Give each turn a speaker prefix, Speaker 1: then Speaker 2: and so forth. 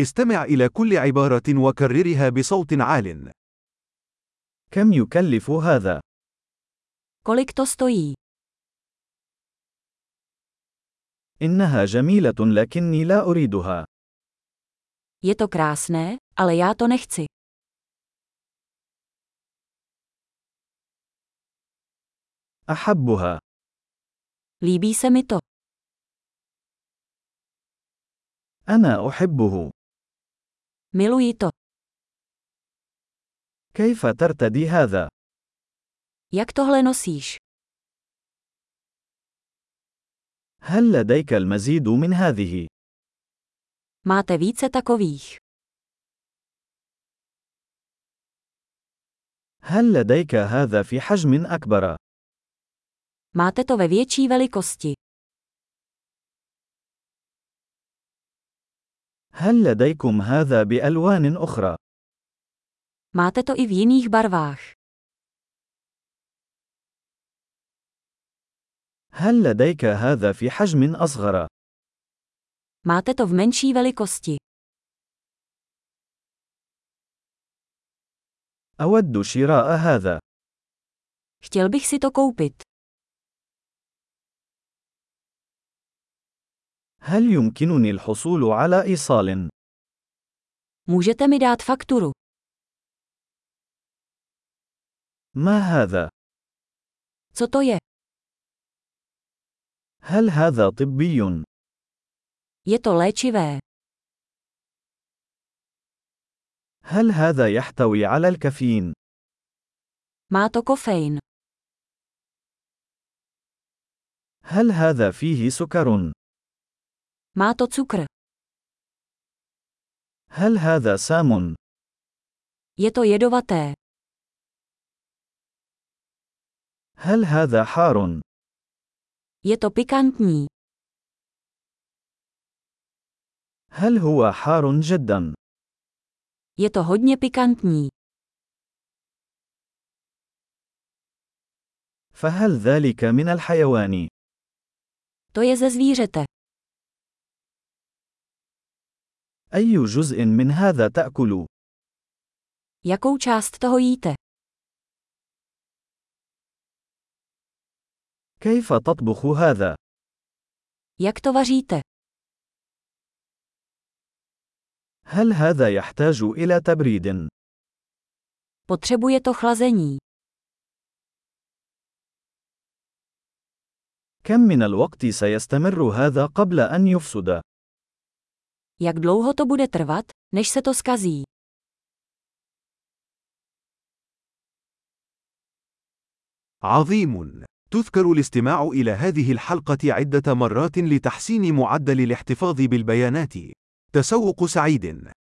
Speaker 1: استمع إلى كل عبارة وكررها بصوت عال.
Speaker 2: كم يكلف هذا؟
Speaker 3: Kolik to stojí?
Speaker 2: إنها جميلة لكني لا أريدها.
Speaker 3: Je to krásné, ale já to nechci.
Speaker 2: أحبها.
Speaker 3: Líbí se mi to.
Speaker 2: أنا أحبه.
Speaker 3: Miluji to.
Speaker 2: كيف ترتدي هذا؟
Speaker 3: Jak tohle nosíš?
Speaker 2: هل لديك المزيد من هذه؟
Speaker 3: Máte více takových.
Speaker 2: هل لديك هذا في حجم أكبر؟
Speaker 3: Máte to ve větší velikosti.
Speaker 2: هل لديكم هذا بألوان أخرى؟
Speaker 3: Máte to i v jiných barvách.
Speaker 2: هل لديك هذا في حجم أصغر؟
Speaker 3: Máte to v menší velikosti.
Speaker 2: أود شراء هذا.
Speaker 3: Chtěl bych si to koupit.
Speaker 2: هل يمكنني الحصول على إيصال؟
Speaker 3: Můžete mi dát fakturu.
Speaker 2: ما هذا؟
Speaker 3: Co to je?
Speaker 2: هل هذا طبي؟
Speaker 3: Je to léčivé.
Speaker 2: هل هذا يحتوي على الكافيين؟
Speaker 3: Má to kofein.
Speaker 2: هل هذا فيه سكر؟
Speaker 3: Má to cukr.
Speaker 2: هل هذا سام؟
Speaker 3: Je to jedovaté.
Speaker 2: هل هذا حار؟
Speaker 3: Je to pikantní.
Speaker 2: هل هو حار جدا؟
Speaker 3: Je to hodně pikantní.
Speaker 2: فهل ذلك من الحيوان؟
Speaker 3: To je ze zvířete.
Speaker 2: أي جزء من هذا تأكل؟
Speaker 3: Jakou část toho jíte?
Speaker 2: كيف تطبخ هذا؟
Speaker 3: Jak to vaříte?
Speaker 2: هل هذا يحتاج إلى تبريد؟
Speaker 3: Potřebuje to chlazení.
Speaker 2: كم من الوقت سيستمر هذا قبل أن يفسد؟
Speaker 3: Jak dlouho to bude trvat, než se to skazí?
Speaker 1: عظيم. تذكر الاستماع إلى هذه الحلقة عدة مرات لتحسين معدل الاحتفاظ بالبيانات. تسوق سعيد.